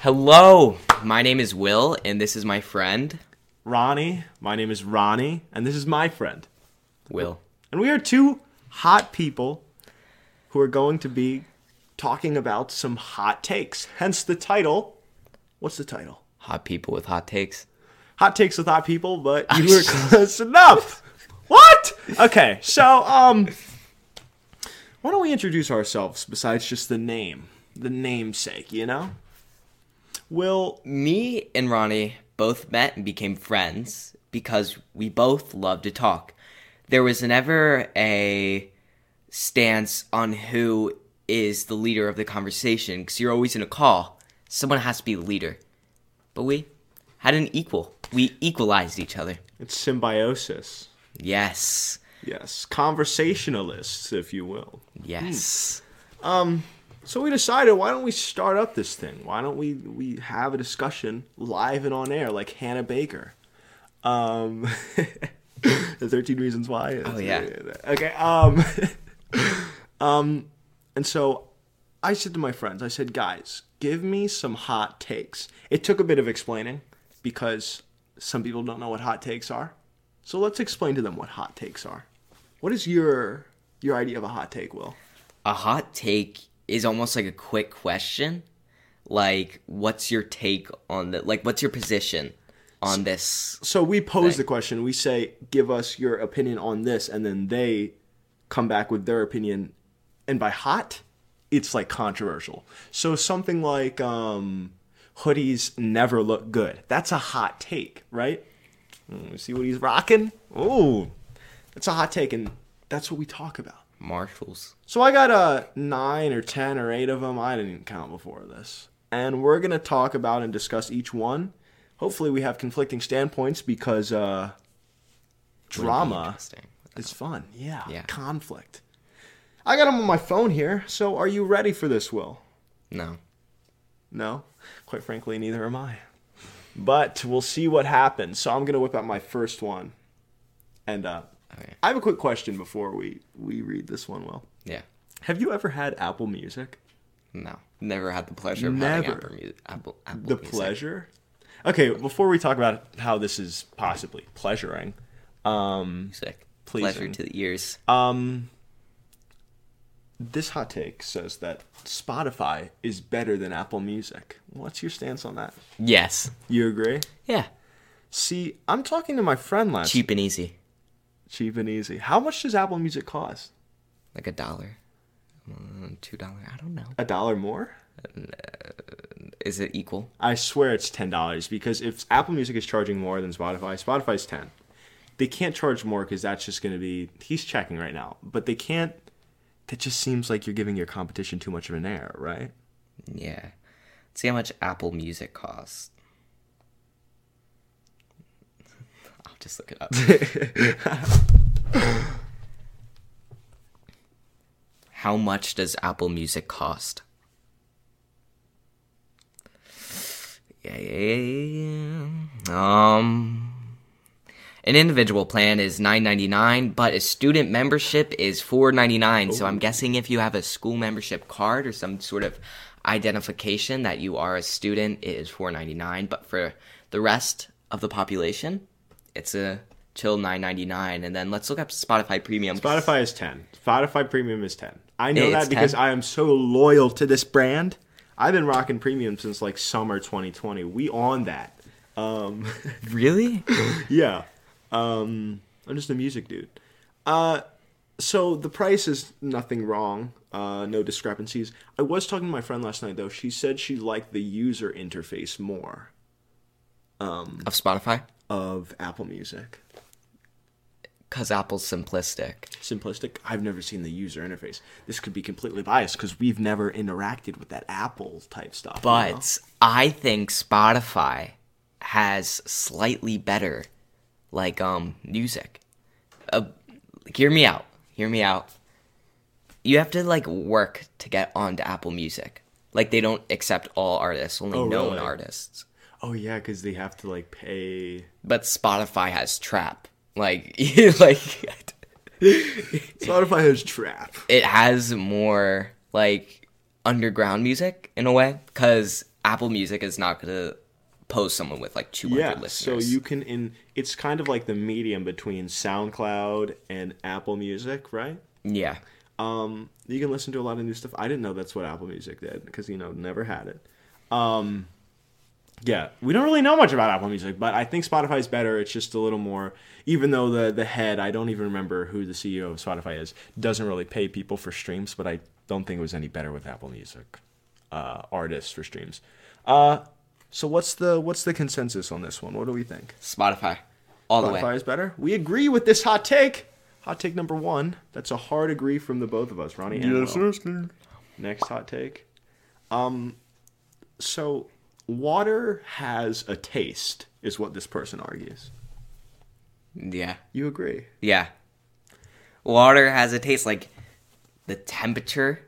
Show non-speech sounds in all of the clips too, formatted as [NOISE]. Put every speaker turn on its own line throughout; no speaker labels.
Hello, my name is Will, and this is my friend,
Ronnie. My name is Ronnie, and this is my friend.
Will.
And we are two hot people who are going to be talking about some hot takes. Hence the title. What's the title?
Hot people with hot takes.
Hot takes with hot people, but you were close enough. What? Okay, so um why don't we introduce ourselves besides just the name? The namesake, you know? Will
Me and Ronnie both met and became friends because we both love to talk. There was never a stance on who is the leader of the conversation because you're always in a call. Someone has to be the leader. But we had an equal. We equalized each other.
it's symbiosis.
Yes.
Yes, conversationalists, if you will.
Yes.
So we decided, why don't we start up this thing? Why don't we we have a discussion live and on air like Hannah Baker? Um, [LAUGHS] the Thirteen Reasons Why. Oh
yeah.
[LAUGHS] Okay. Um, um, and so I said to my friends, I said, guys, give me some hot takes. It took a bit of explaining because some people don't know what hot takes are. So let's explain to them what hot takes are. What is your your idea of a hot take, Will?
a hot take is almost like a quick question like what's your take on the like what's your position on this
So we pose the question. We say, "Give us your opinion on this," and then they come back with their opinion. And by hot, it's like controversial. So something like um, hoodies never look good. That's a hot take, right? Mm, see what he's rocking. Ooh, that's a hot take, and that's what we talk about.
marshalls
So I got a nine or ten or eight of them. I didn't even count before this. And we're gonna talk about and discuss each one. Hopefully, we have conflicting standpoints because uh, drama
interesting
is fun. Yeah.
Yeah.
Conflict. I got them on my phone here. So are you ready for this, Will?
no
No, quite frankly, neither am I. But we'll see what happens. So I'm gonna whip out my first one, and uh,
Okay.
I have a quick question before we we read this one. Will
yeah
have you ever had Apple Music?
no never had the pleasure of having
Never.
apple music apple, apple
the
music.
pleasure okay before we talk about how this is possibly pleasuring um
Music. pleasure
Pleasing.
to the ears
um this hot take says that spotify is better than apple music what's your stance on that
yes
you agree
yeah
see i'm talking to my friend last
cheap and easy
cheap and easy how much does apple music cost
like a dollar Mm, two dollar i don't know
a dollar more
is it equal
I swear it's ten dollars because if Apple Music is charging more than Spotify, Spotify's ten. They can't charge more because that's just going to be he's checking right now. But they can't. That just seems like you're giving your competition too much of an air, right?
yeah Let's see how much apple music costs [LAUGHS] i'll just look it up How much does Apple Music cost? Yeah, yeah, yeah, yeah. Um, an individual plan is nine ninety nine, but a student membership is four ninety nine. So I'm guessing if you have a school membership card or some sort of identification that you are a student, it is four ninety nine. But for the rest of the population, it's a chill nine ninety nine. And then let's look up Spotify Premium.
Spotify is ten. Spotify Premium is ten. I know
It's
that because
10?
I am so loyal to this brand. I've been rocking Premium since like summer 2020. We on that. Um,
really?
yeah. Um, I'm just a music dude. Uh, so the price is nothing wrong. Uh, no discrepancies. I was talking to my friend last night though. She said she liked the user interface more
of Spotify?
of Apple Music.
Because Apple's simplistic.
Simplistic. I've never seen the user interface. This could be completely biased because we've never interacted with that Apple type stuff. you know?
But I think Spotify has slightly better, like, um, music. Uh, hear me out. Hear me out. You have to, like, work to get onto Apple Music. Like, they don't accept all artists, only
Oh,
known
really?
artists.
oh yeah, because they have to like pay.
But Spotify has trap. Like, [LAUGHS] like [LAUGHS]
Spotify has trap.
it has more like underground music in a way because Apple Music is not going to post someone with like 200
Yeah, so
listeners.
you can in it's kind of like the medium between SoundCloud and Apple Music, right?
yeah.
Um, you can listen to a lot of new stuff. I didn't know that's what Apple Music did because you know never had it. Um, yeah, we don't really know much about Apple Music, but I think Spotify's better. It's just a little more. Even though the the head, I don't even remember who the CEO of Spotify is, doesn't really pay people for streams, but I don't think it was any better with Apple Music uh, artists for streams. Uh, so what's the what's the consensus on this one? What do we think?
Spotify. All the
Spotify
way.
is better. We agree with this hot take. Hot take number one. That's a hard agree from the both of us, Ronnie. and Will. Next hot take. Um, so water has a taste, is what this person argues.
Yeah.
You agree?
Yeah. Water has a taste like the temperature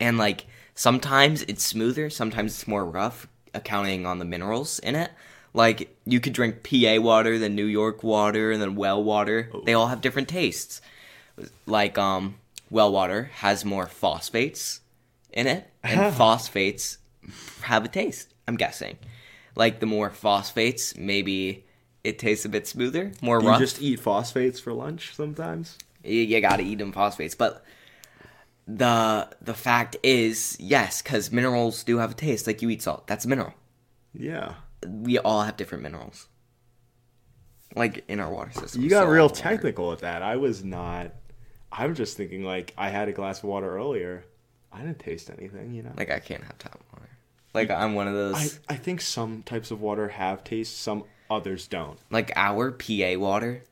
and like sometimes it's smoother, sometimes it's more rough, accounting on the minerals in it. Like you could drink PA water, then New York water, and then well water. They all have different tastes. Like um well water has more phosphates in it, and phosphates have a taste, I'm guessing. Like the more phosphates, maybe it tastes a bit smoother, more
You
rough
just eat phosphates for lunch sometimes.
you, you gotta eat them phosphates but the the fact is yes because minerals do have a taste like you eat salt that's a mineral
Yeah.
we all have different minerals like in our water system
You got
so-
real technical at that. I was not. I'm just thinking like I had a glass of water earlier. I didn't taste anything, you know.
like i can't have tap water like i'm one of those
I, I think some types of water have taste, some others don't.
like our pa water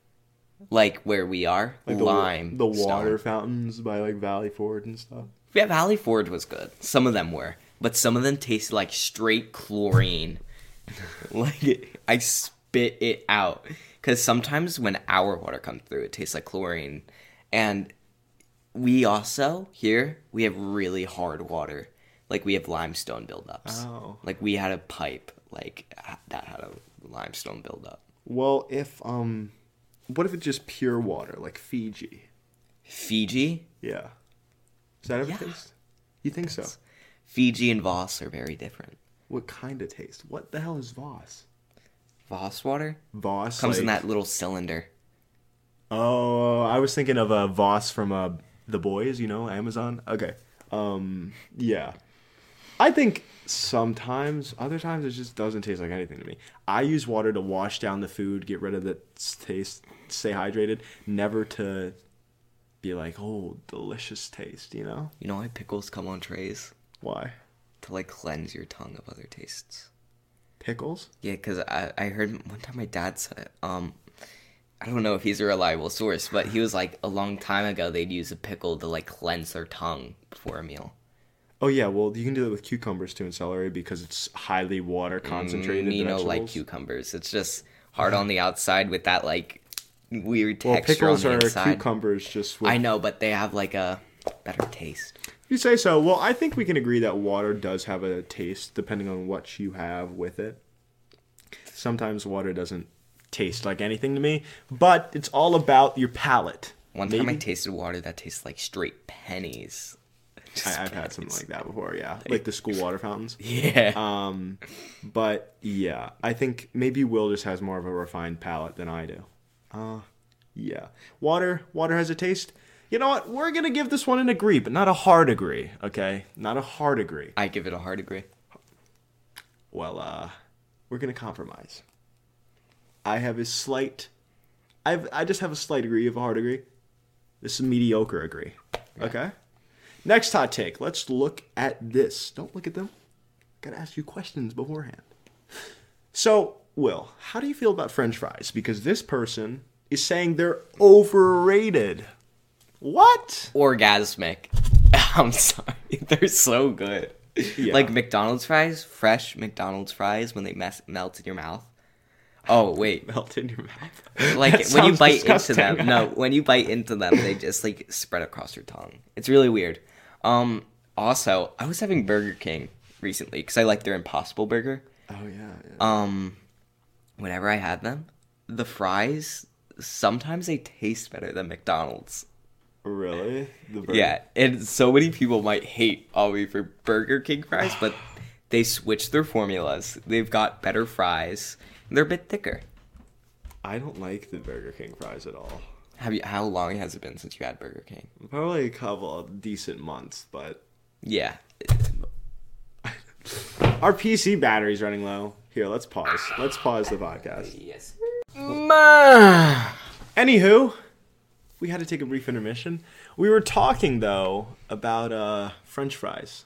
like where we are
Like the wa-
lime
the,
stone.
water fountains by like Valley Forge and stuff.
yeah valley forge was good some of them were but some of them tasted like straight chlorine [LAUGHS] like it, I spit it out because sometimes when our water comes through, it tastes like chlorine, and we also here we have really hard water, like we have limestone buildups.
Oh.
Like we had a pipe like ha- that had a limestone buildup.
Well, if um, what if it's just pure water like Fiji?
Fiji,
Yeah, is that have
Yeah.
a taste? You think so?
Fiji and Voss are very different.
What kind of taste? What the hell is Voss?
Voss water
Voss
comes in
like-
that little cylinder.
Oh, I was thinking of a uh, Voss from uh, The Boys, you know, Amazon. Okay. Um, yeah. I think sometimes, other times, it just doesn't taste like anything to me. I use water to wash down the food, get rid of the s- taste, stay hydrated, never to be like, oh, delicious taste, you know?
You know why pickles come on trays
Why?
to like cleanse your tongue of other tastes.
Pickles?
Yeah, because I, I heard one time my dad said it. Um, I don't know if he's a reliable source, but he was like a long time ago they'd use a pickle to like cleanse their tongue before a meal.
Oh, yeah, well, you can do that with cucumbers too and celery because it's highly water concentrated.
Me no Mm, like
vegetables.
cucumbers. It's just hard on the outside with that like weird
Well,
texture
pickles
on the
are
inside.
cucumbers just with
I know, but they have like a better taste.
You say so. Well, I think we can agree that water does have a taste depending on what you have with it. Sometimes water doesn't taste like anything to me, but it's all about your palate.
One time I
Maybe-
tasted water that tasted like straight pennies. Just
I, I've had something like that before, yeah. Like the school water fountains.
[LAUGHS] yeah.
Um, but yeah, I think maybe Will just has more of a refined palate than I do. Uh, yeah, water, water has a taste. You know what? We're gonna give this one an agree, but not a hard agree. Okay, not a hard agree.
I give it a hard agree.
well uh we're gonna compromise i have a slight i've i just have a slight degree of a hard agree this is mediocre agree okay next hot take let's look at this don't look at them gotta ask you questions beforehand so will how do you feel about french fries because this person is saying they're overrated what
orgasmic. [LAUGHS] I'm sorry. [LAUGHS] They're so good.
Yeah.
Like McDonald's fries, fresh McDonald's fries when they mess- melt in your mouth. Oh, wait.
melt in your mouth
Like
[LAUGHS] That
when you
sounds
bite into
disgusting.
them. No, when you bite into them, they just like spread across your tongue. It's really weird. Um also, I was having Burger King recently cuz I like their Impossible burger.
[LAUGHS] oh yeah, yeah.
Um whenever I had them, the fries sometimes they taste better than McDonald's.
really the
Yeah, and so many people might hate Ollie for Burger King fries, but they switched their formulas. They've got better fries. They're a bit thicker.
I don't like the Burger King fries at all.
Have you? How long has it been since you had Burger King?
Probably a couple of decent months, but
Yeah,
our PC battery's running low. Here, let's pause. Let's pause the podcast.
Yes. Ma.
Anywho, we had to take a brief intermission. We were talking though about uh, French fries,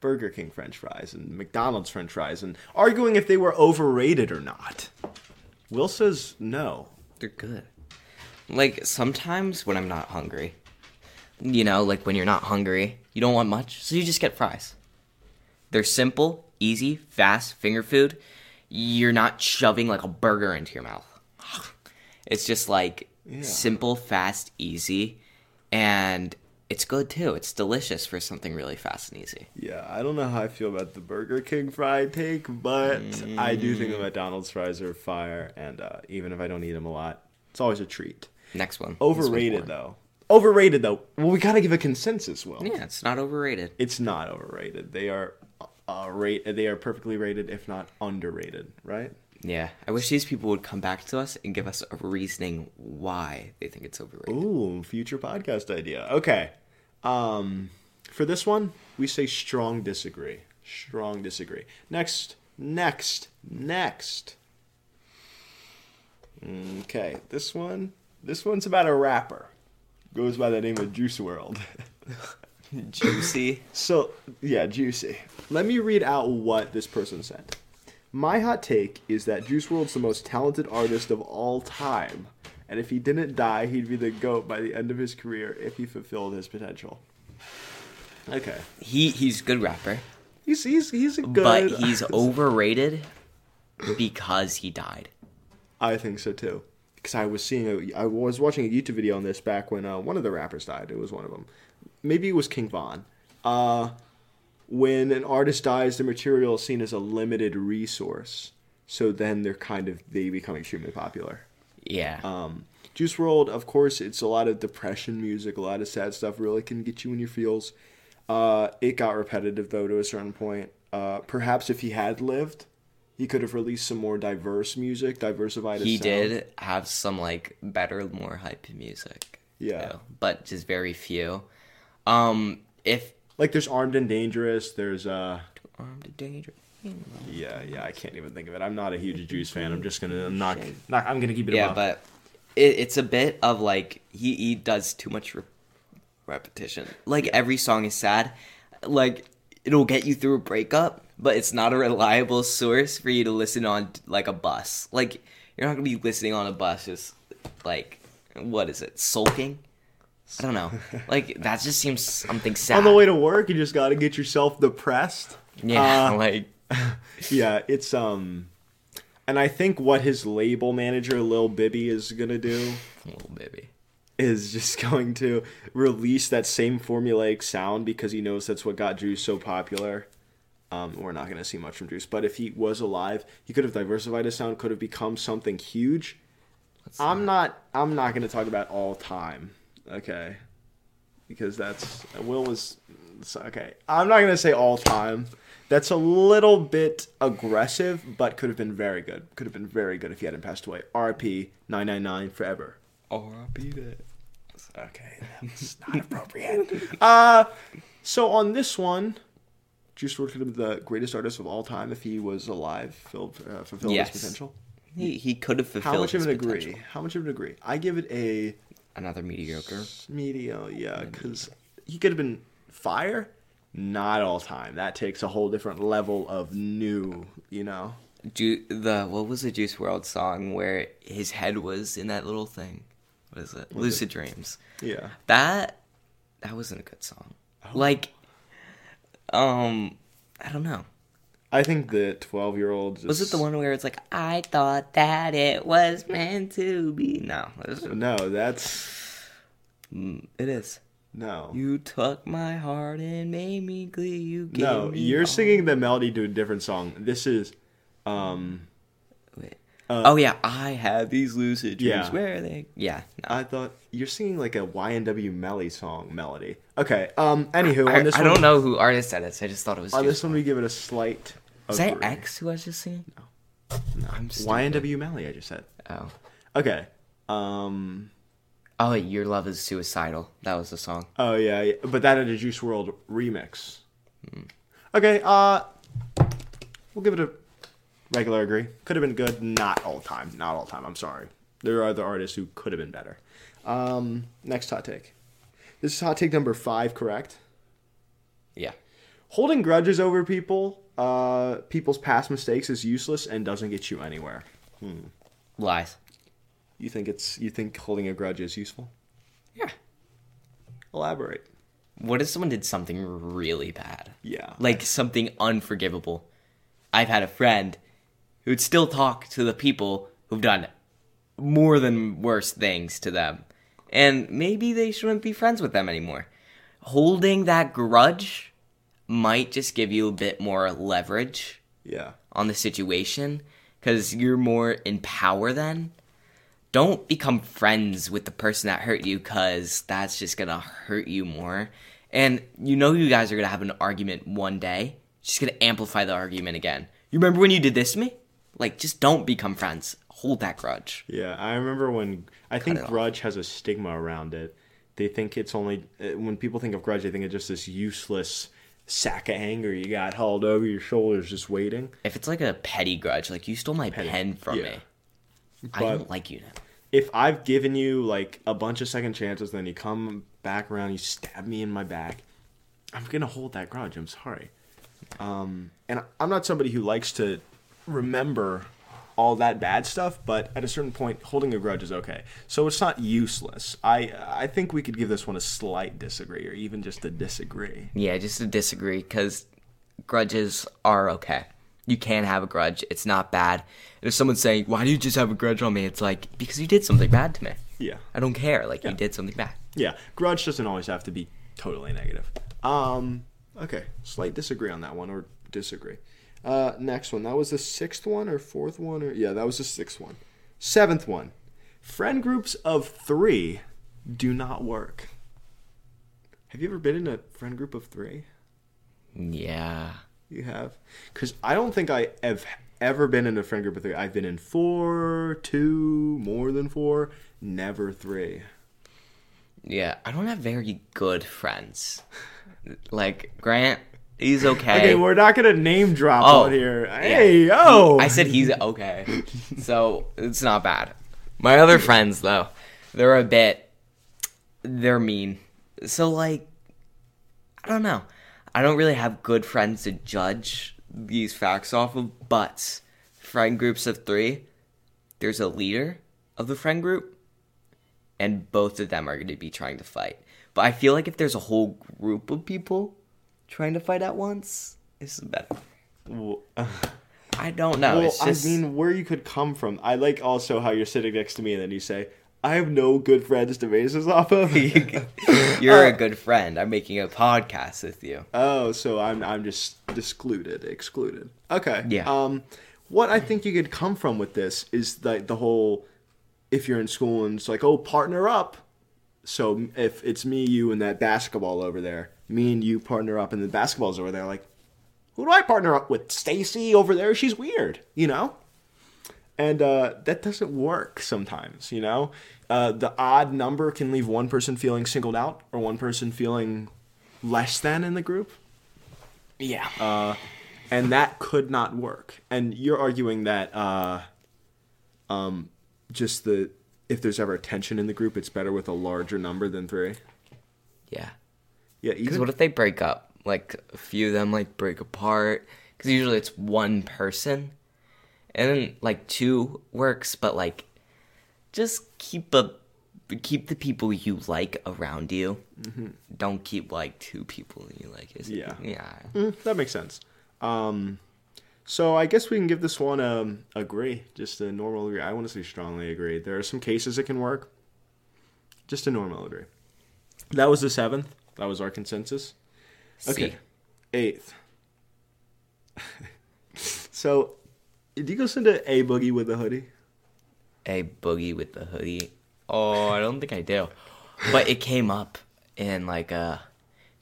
Burger King French fries, and McDonald's French fries, and arguing if they were overrated or not. Will says no.
They're good. Like sometimes when I'm not hungry, you know, like when you're not hungry, you don't want much, so you just get fries. They're simple, easy, fast finger food. You're not shoving like a burger into your mouth. [SIGHS] It's just like simple, fast, easy, and it's good too. It's delicious for something really fast and easy.
Yeah, I don't know how I feel about the Burger King fry take, but I do
Mm.
think the McDonald's fries are fire, and uh, even if I don't eat them a lot, it's always a treat.
Next one. This one's boring.
Overrated though. Overrated though. Well, we gotta give a consensus. Will
Yeah, it's not overrated.
it's not overrated. They are uh, rate. They are perfectly rated, if not underrated. Right?
Yeah, I wish these people would come back to us and give us a reasoning why they think it's overrated.
Ooh, future podcast idea. Okay. Um, for this one, we say strong disagree. Strong disagree. Next. Next. Next. Okay. This one. This one's about a rapper. Goes by the name of Juice World. [LAUGHS]
Juicy.
So, yeah, juicy. Let me read out what this person said. My hot take is that Juice World's the most talented artist of all time, and if he didn't die, he'd be the goat by the end of his career if he fulfilled his potential. Okay,
He he's a good rapper,
he's he's he's a good.
but
[LAUGHS]
he's overrated because he died.
I think so too. Because I was seeing, a, I was watching a YouTube video on this back when uh, one of the rappers died. It was one of them. Maybe it was King Von. Uh, when an artist dies, the material is seen as a limited resource. So then they're kind of they become extremely popular.
Yeah.
Um, Juice World, of course, it's a lot of depression music, a lot of sad stuff. Really can get you in your feels. Uh, it got repetitive though to a certain point. Uh, perhaps if he had lived, he could have released some more diverse music, diversified. his
he
sound.
did have some like better, more hype music.
Yeah.
though, but just very few. Um, if
Like there's armed and dangerous. There's uh
armed and dangerous.
yeah yeah I can't even think of it. I'm not a huge Juice fan. I'm just gonna I'm not, not I'm gonna keep it.
Mm-hmm. Yeah,
above.
but it, it's a bit of like he, he does too much re- repetition. Like every song is sad. Like it'll get you through a breakup, but it's not a reliable source for you to listen on like a bus. Like you're not gonna be listening on a bus just like what is it sulking? I don't
[LAUGHS]
know. Like that just seems something sad.
on the way to work, you just gotta get yourself depressed.
yeah, [LAUGHS]
Uh,
like
yeah, it's um, and I think what his label manager Lil Bibby is gonna do
little oh, baby.
is just [LAUGHS] going to release that same formulaic sound because he knows that's what got Juice so popular. Um, we're not going to see much from Juice, but if he was alive, he could have diversified his sound, could have become something huge. I'm not. I'm not going to talk about all time, okay? Because that's Will was so- okay. I'm not going to say all time. That's a little bit aggressive, but could have been very good. Could have been very good if he hadn't passed away. R.P. 999 forever.
R.I.P. that.
Okay, that's [LAUGHS] not appropriate. uh, so on this one, Juice WRLD could have been the greatest artist of all time if he was alive, filled, uh, fulfilled
Yes.
his potential.
He he could have
How
fulfilled.
much of
his
an agree?
potential.
How much of an agree? I give it a
Another mediocre.
medium, yeah, because he could have been fire. Not all time. That takes a whole different level of new, you know.
Ju- the what was the Juice World song where his head was in that little thing? What is it? Lucid Dreams.
Yeah.
That that wasn't a good song.
Oh.
Like, um, I don't know.
I think the twelve-year-old
Was it the one where it's like I thought that it was meant to be? No, it isn't.
No, that's
Mm, it is.
no.
You took my heart and made me glee. You gave
no,
me
you're
all-
singing the melody to a different song. This is, um,
Wait.
uh,
oh yeah, I have these lucid dreams.
Yeah.
Where are they? Yeah. no.
I thought you're singing like a YNW Melly song melody. Okay. Um. Anywho,
I,
on this
I
one,
don't know who artist that is. I just thought it was.
On
Just,
this one, we give it a slight.
was that
agree.
X who I was just seeing?
No.
I'm stupid.
YNW Melly. I just said.
Oh.
Okay. Um.
Oh, wait, your love is suicidal. That was the song.
Oh yeah, yeah, but that had a Juice World remix.
Hmm.
Okay. Uh. We'll give it a regular agree. Could have been good. Not all time. Not all time. I'm sorry. There are other artists who could have been better. Um. Next hot take. This is hot take number five. Correct.
Yeah.
holding grudges over people, uh, people's past mistakes is useless and doesn't get you anywhere.
Lies.
You think it's you think holding a grudge is useful?
Yeah.
Elaborate.
What if someone did something really bad?
Yeah.
Like something unforgivable. I've had a friend who'd still talk to the people who've done more than worse things to them. And maybe they shouldn't be friends with them anymore. Holding that grudge might just give you a bit more leverage
Yeah.
on the situation because you're more in power then. Don't become friends with the person that hurt you because that's just gonna hurt you more. And you know you guys are gonna have an argument one day. It's just gonna amplify the argument again. You remember when you did this to me? Like, just don't become friends. Hold that grudge.
Yeah. I remember when I
it
think
off.
grudge has a stigma around it. They think it's only uh, when people think of grudge, they think it's just this useless sack of anger you got hauled over your shoulders, just waiting.
If it's like a petty grudge, like you stole my pen from
yeah.
me, I
But-
don't like you now.
if I've given you like a bunch of second chances, then you come back around, you stab me in my back, I'm gonna hold that grudge. I'm sorry. Um, and I'm not somebody who likes to remember all that bad stuff, but at a certain point, holding a grudge is okay. So it's not useless. I I think we could give this one a slight disagree, or even just a disagree.
Yeah, just to disagree, because grudges are okay. You can have a grudge. It's not bad. And if someone's saying, why do you just have a grudge on me? It's like, because you did something bad to me.
Yeah.
I don't care. Like, you did something bad.
Yeah, grudge doesn't always have to be totally negative. Um, okay, slight disagree on that one, or disagree. Uh, next one. That was the sixth one or fourth one, or yeah, that was the sixth one. Seventh one. Friend groups of three do not work. Have you ever been in a friend group of three?
Yeah.
You have, because I don't think I have ever been in a friend group of three. I've been in four, two, more than four, never three.
Yeah. I don't have very good friends. like, Grant, he's okay.
Okay, we're not gonna name drop
Oh,
on here.
yeah.
Hey, yo!
I said
[LAUGHS]
he's okay. so it's not bad. My other friends though, they're a bit they're mean. So like I don't know. I don't really have good friends to judge these facts off of, but friend groups of 3, there's a leader of the friend group and both of them are going to be trying to fight. But I feel like if there's a whole group of people trying to fight at once, it's better.
Well,
I don't know.
well,
it's just,
I mean, where you could come from. I like also how you're sitting next to me and then you say, I have no good friends to base this off
[LAUGHS]
of. [LAUGHS]
You're a good friend. I'm making a podcast with you.
oh, so I'm I'm just excluded, excluded. Okay.
Yeah.
Um, what I think you could come from with this is like the whole, if you're in school and it's like, oh, partner up. So if it's me, you, and that basketball over there, me and you partner up, and the basketball's over there, like, who do I partner up with? Stacy over there, she's weird, you know? And uh, that doesn't work sometimes, you know? Uh, the odd number can leave one person feeling singled out or one person feeling less than in the group. Uh,
Yeah.
And that could not work. And you're arguing that uh, um, just the if there's ever tension in the group, it's better with a larger number than three.
yeah.
Yeah,
Because
even
what if they break up? Like a few of them like break apart. Because usually it's one person, and then like two works. But like, just keep a keep the people you like around you. Don't keep like two people you like. It's-
Yeah.
Yeah.
Mm, that makes sense. Um, so I guess we can give this one um, a agree, just a normal agree. I want to say strongly agree. There are some cases it can work. Just a normal agree. That was the seventh. That was our consensus.
Okay.
Eighth. [LAUGHS] so, did you go send a a boogie with a hoodie?
a boogie with the hoodie? Oh, I don't think I do. But it came up in like a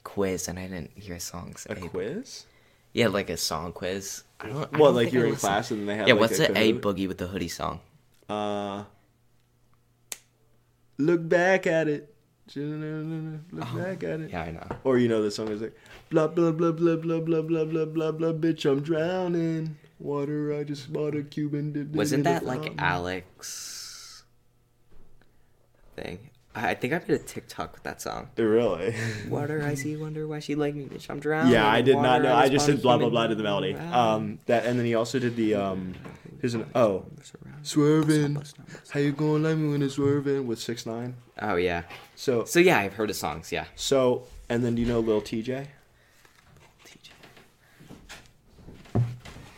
quiz, and I didn't hear songs.
A quiz?
Yeah, like a song quiz. I don't. I
Well,
don't
like
think
you're
I
in
listened.
class and they have
Yeah,
like
what's
a,
a, a
Kahoot?
boogie with the hoodie song?
Uh, look back at it. Look back at it.
Uh-huh. Yeah, I know.
Or you know the song is like blah blah blah blah blah blah blah blah blah blah bitch I'm drowning water I just bought a Cuban dip.
Wasn't that like Alex thing? I I think I made a TikTok with that song.
Uh, really?
Water, I see, wonder why she like me, bitch. I'm drowning.
[LAUGHS] Yeah, I did not
Oh, Water,
know. I
just
just
wanna
did blah blah
swim
blah
in
to the melody.
water.
Um, that and then he also did the um, here's an oh swerving. How you gonna let me when it's swerving with six nine?
Oh yeah.
So
So yeah, I've heard his songs. Yeah.
so and then do you know Lil TJ?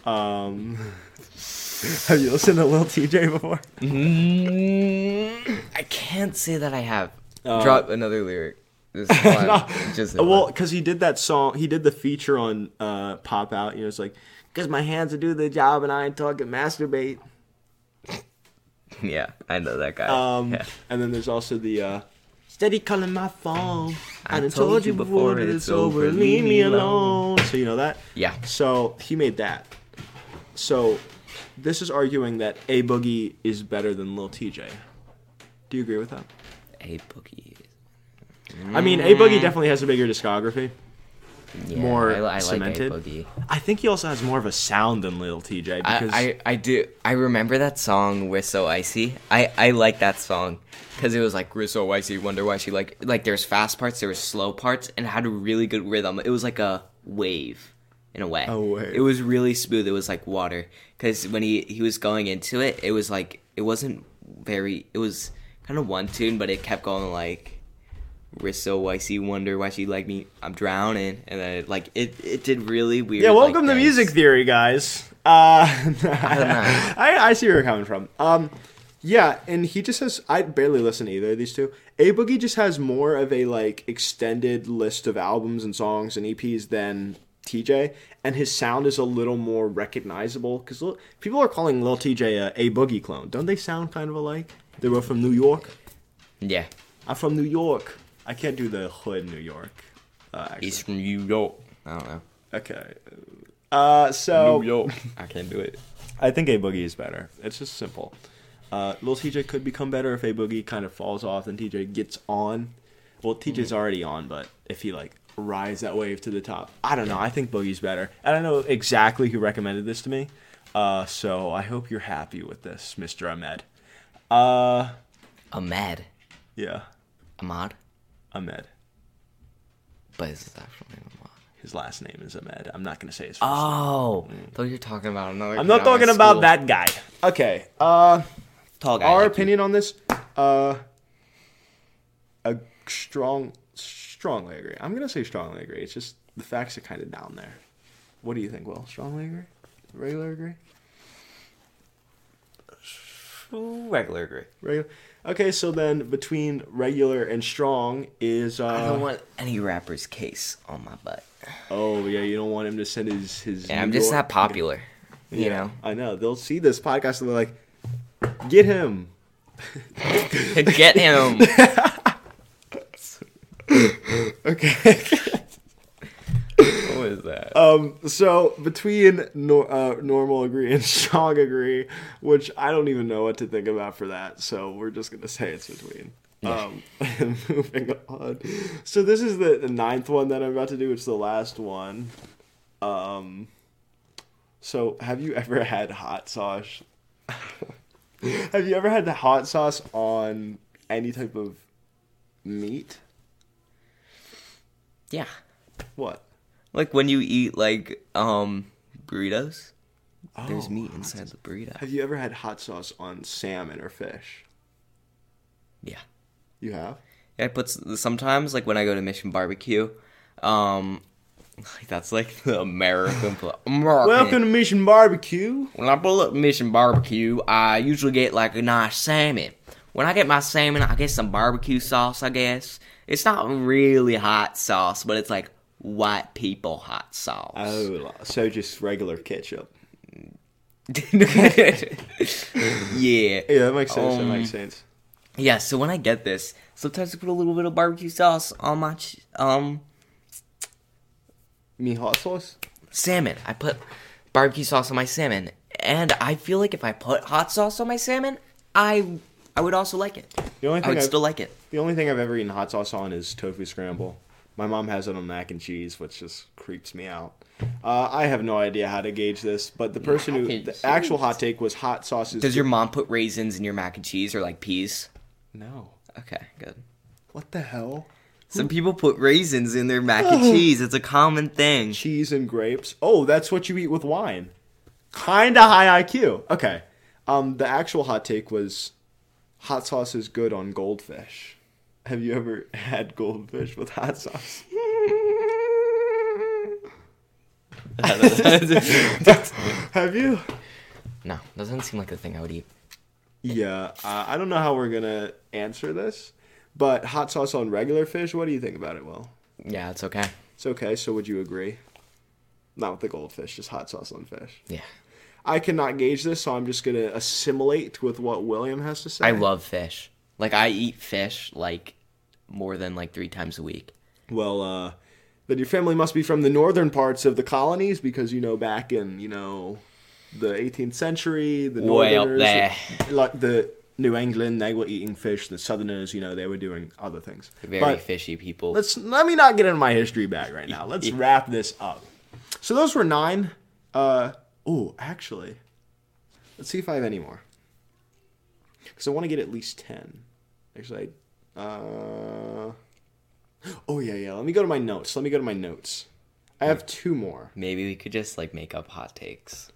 Um, [LAUGHS] have you listened to Lil TJ before?
Mm, I can't say that I have.
Um,
Drop another lyric. This is
[LAUGHS]
one. Just
well, because he did that song, he did the feature on uh, Pop Out. You know, it's like, because my hands will do the job and I ain't talking masturbate.
[LAUGHS] yeah, I know that guy.
Um,
Yeah.
And then there's also the uh, steady calling my phone. I,
I
done told, you before that it's over. Leave me alone. So, you know that?
Yeah.
So he made that. So this is arguing that A Boogie is better than Lil TJ. Do you agree with that?
A boogie.
I mean, A Boogie definitely has a bigger discography.
Yeah,
More
I, li- I
cemented.
Like a boogie.
I think he also has more of a sound than Lil TJ because
I, I, I do. I remember that song "We're So Icy." I, I like that song because it was like "We're So Icy." Wonder why she like like there's fast parts, there was slow parts, and it had a really good rhythm. It was like a wave in a way.
A wave.
It was really smooth. It was like water because when he he was going into it, it was like it wasn't very. It was kind of one tune, but it kept going like. We're so icy, wonder why she like me. I'm drowning, and then it, like it, it did really weird.
Yeah,
like,
welcome to
things.
music theory, guys. Uh, [LAUGHS]
know.
I, I see where you're coming from. Um, yeah, and he just has. I barely listen to either of these two. A Boogie just has more of a like extended list of albums and songs and EPs than TJ, and his sound is a little more recognizable because people are calling Lil TJ a, a Boogie clone. Don't they sound kind of alike? They were from New York.
Yeah,
I'm from New York. I can't do the hood New York. Uh, accent.
He's from New York. I don't know.
Okay. Uh, so
York. I can't do it.
I think A Boogie is better. It's just simple. Uh, Lil TJ could become better if A Boogie kind of falls off and TJ gets on. Well, TJ's already on, but if he like rides that wave to the top, I don't know. I think Boogie's better. And I know exactly who recommended this to me. Uh, so I hope you're happy with this, Mr. Ahmed. Uh,
Ahmed.
yeah,
Ahmad?
Ahmed.
But his actual name Ahmad.
His last name is Ahmed. I'm not gonna say his. First name.
Oh! Though you're talking about another
I'm not talking about that guy. Okay. Uh,
Tall guy.
our
like you.
opinion on this uh a strong strongly agree i'm gonna say strongly agree it's just the facts are kind of down there what do you think will strongly agree regular agree
Regular agree.
regular okay so then between regular and strong is uh
I don't want any rapper's case on my butt.
oh yeah you don't want him to send his his
And I'm
New
just
York-
not popular. You [LAUGHS]
Yeah,
know?
i know they'll see this podcast and they're like get him
Get [LAUGHS] him!
okay
[LAUGHS] what is that?
Um, so between nor- uh, normal agree and [LAUGHS] strong agree, which I don't even know what to think about for that, so we're just gonna say it's between. Um, [LAUGHS] moving on. So this is the, the ninth one that I'm about to do. It's the last one. Um, so have you ever had hot sauce? [LAUGHS] have you ever had the hot sauce on any type of meat?
Yeah.
What?
Like when you eat, like, um, burritos, there's
Oh,
meat
hot
inside
sauce.
the burrito.
Have you ever had hot sauce on salmon or fish?
Yeah.
You have?
I put s- sometimes like when I go to Mission Barbecue, um, [LAUGHS] like that's like the American. Pl- [LAUGHS] American.
Welcome to Mission Barbecue.
When I pull up Mission Barbecue, I usually get like a nice salmon. When I get my salmon, I get some barbecue sauce. I guess it's not really hot sauce, but it's like white people hot sauce.
Oh, so just regular ketchup.
[LAUGHS] yeah.
Yeah, that makes sense.
Um,
that makes sense.
Yeah, so when I get this, sometimes I put a little bit of barbecue sauce on my ch- um
Me hot sauce.
salmon. I put barbecue sauce on my salmon, and I feel like if I put hot sauce on my salmon, I I would also like it.
The only
I
thing
would
I've-
still like it.
The only thing I've ever eaten hot sauce on is tofu scramble. My mom has it on mac and cheese, which just creeps me out. Uh, I have no idea how to gauge this, but the person who
and
the actual hot take was hot sauce is
Does your mom put raisins in your mac and cheese or like peas?
no.
Okay, good.
What the hell?
Some people put raisins in their mac and cheese. It's a common thing.
Cheese and grapes. Oh, that's what you eat with wine. Kinda high IQ. Okay. Um, the actual hot take was hot sauce is good on goldfish. Have you ever [LAUGHS] had goldfish with hot sauce? [LAUGHS]
[LAUGHS]
Have you?
no, doesn't seem like the thing I would eat.
Yeah, uh, I don't know how we're gonna answer this, but hot sauce on regular fish. What do you think about it? Well,
Yeah, it's okay.
it's okay. So would you agree? Not with the goldfish, just hot sauce on fish.
Yeah.
I cannot gauge this, so I'm just gonna assimilate with what William has to say.
I love fish. Like I eat fish like more than like 3 times a week.
Well, uh, then your family must be from the northern parts of the colonies because you know back in you know the 18th century, the
Way up
northerners,
there.
like the New England, they were eating fish. The southerners, you know, they were doing other things.
Very
But-
fishy people.
let's let me not get into my history bag right now. Let's wrap this up. So those were nine. Uh oh, actually, let's see if I have any more. Because I want to get at least ten. Actually, I, uh, oh yeah, yeah. Let me go to my notes. Let me go to my notes. I have two more.
Maybe we could just like make up hot takes.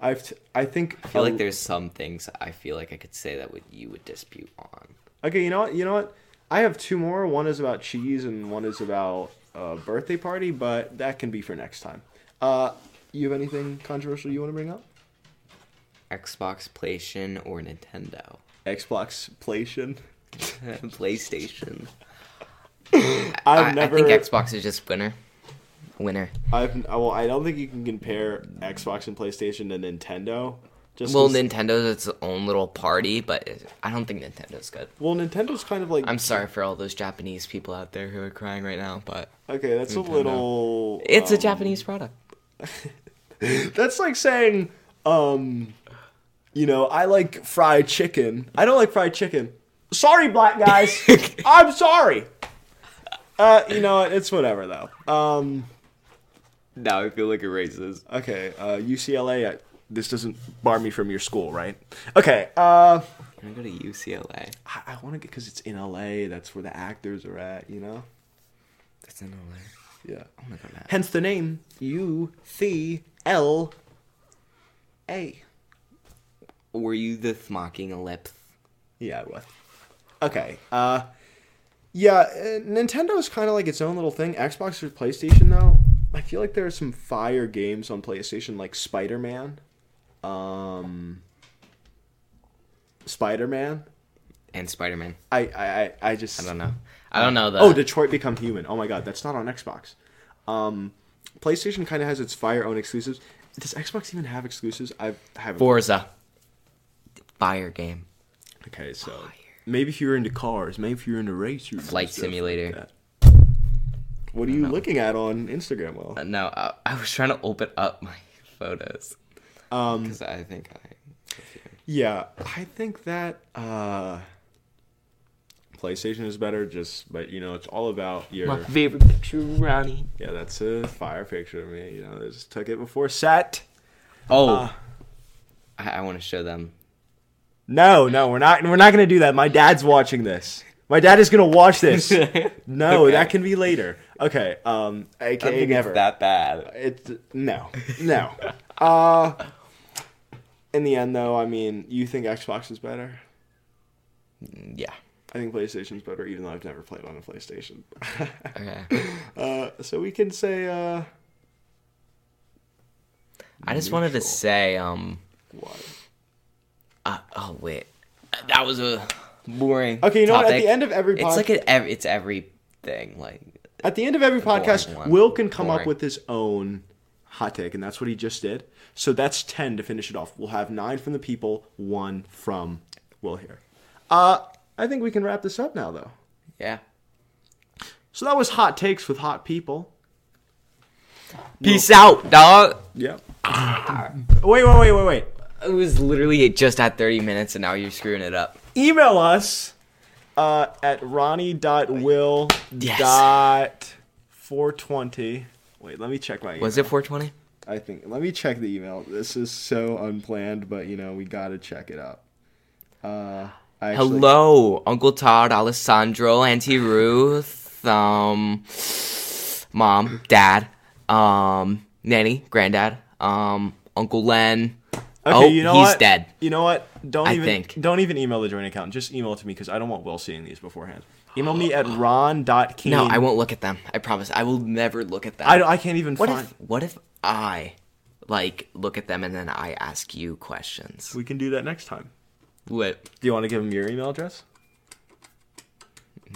I've t- I think
I feel like there's some things I feel like I could say that would you would dispute on.
Okay, you know what? You know what? I have two more. One is about cheese, and one is about a birthday party, but that can be for next time. Uh, you have anything controversial you want to bring up?
Xbox, PlayStation, or Nintendo. [LAUGHS]
Xbox PlayStation.
PlayStation.
I've
I,
never.
I think Xbox is just winner. Winner.
I've I- well, I don't think you can compare Xbox and PlayStation to Nintendo. Just
Well,
'cause-
Nintendo's its own little party, but it- I don't think Nintendo's good.
well, Nintendo's kind of like
I'm sorry for all those Japanese people out there who are crying right now, but
okay. That's
Nintendo.
a little.
it's a
um,
Japanese product.
That's like saying, um, you know, I like fried chicken. I don't like fried chicken. Sorry, black guys. I'm sorry. Uh, you know, what? it's whatever though. Um,
Now I feel like a racist.
okay, uh, UCLA. I, this doesn't bar me from your school, right? Okay. Uh,
I'm gonna go to UCLA.
I, I want to get because it's in LA. That's where the actors are at. You know.
That's in LA.
Yeah.
I'm gonna go to that.
Hence the name U C L A.
Were you the mocking a lip?
Yeah, it was. Okay. Uh, yeah, uh, Nintendo is kind of like its own little thing. Xbox or PlayStation, though, I feel like there are some fire games on PlayStation, like Spider Man. Um, Spider Man.
And Spider Man.
I, I, I- I just.
I don't know. I don't know though.
Oh, Detroit Become Human. Oh my god, that's not on Xbox. Um, PlayStation kind of has its fire own exclusives. Does Xbox even have exclusives? I've, I haven't.
Forza. Fire game.
Okay, so maybe if you're into cars, maybe if you're into racers, and
Flight
stuff like
simulator.
that. What are you looking at on Instagram? Well,
Uh, No, I, I was trying to open up my photos
um,
because I think I.
yeah, I think that uh, PlayStation is better. Just, but you know, it's all about your.
favorite picture, Ronnie.
Yeah, that's a fire picture of me. You know, I just took it before set.
Oh,
Uh.
I, I want to show them.
No, no, we're not. We're not gonna do that. My dad's watching this. My dad is gonna watch this. No,
Okay.
that can be later. Okay. Um,
I don't
aka
think
never.
it's that bad.
It's no, no. Uh, in the end, though, I mean, you think Xbox is better?
Yeah.
I think PlayStation's better, even though I've never played on a PlayStation. [LAUGHS]
Okay.
uh, so we can say, uh,
I just wanted to
Neutral.
say, um,
what?
uh, oh wait, that was a boring.
Okay, you know what? At
topic.
the end of every
it's
pod-
like an ev- it's everything. Like
at the end of every podcast,
one.
Will can come up
Boring.
with his own hot take, and that's what he just did. So that's ten to finish it off. We'll have nine from the people, one from Will here. Uh, I think we can wrap this up now, though.
Yeah.
So that was hot takes with hot people.
Peace out, dog.
Yep. wait, wait, wait, wait, wait.
It was literally just at 30 minutes, and now you're screwing it up.
Email us uh, at ronnie.will.420.
Yes.
Wait, let me check my email.
Was it 420?
I think. Let me check the email. This is so unplanned, but you know we gotta check it out. Uh, I actually,
Hello, Uncle Todd, Alessandro, Auntie Ruth, um, mom, dad, um, nanny, granddad, um, Uncle Len.
Okay,
oh,
you know
he's
what?
dead.
You know what? Don't
I
even
think.
don't even email the joint account. Just email it to me because I don't want Will seeing these beforehand. Email me at ron.keen.
No, I won't look at them. I promise. I will never look at them.
I, don't- I can't even
what
find.
if what if I like look at them and then I ask you questions?
We can do that next time.
What?
Do you want to give him your email address?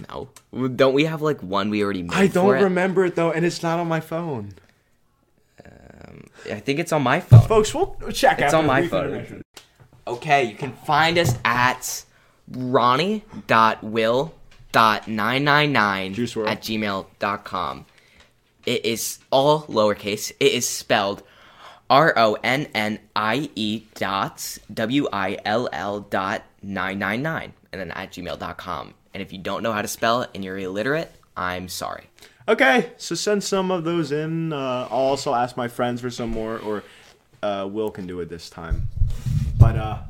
No. Don't we have like one we already made?
I don't
for it?
remember it though, and it's not on my phone.
I think it's on my phone.
Folks, we'll check.
It's
after
on
the
my
brief
phone.
intermission.
Okay, you can find us at ronnie.will.999
Juice WRLD.
at gmail.com. It is all lowercase. It is spelled R O N N I E dot W I L L dot 999 and then at gmail.com. And if you don't know how to spell and you're illiterate, I'm sorry.
Okay, so send some of those in. Uh, I'll also ask my friends for some more, or uh, Will can do it this time. But uh,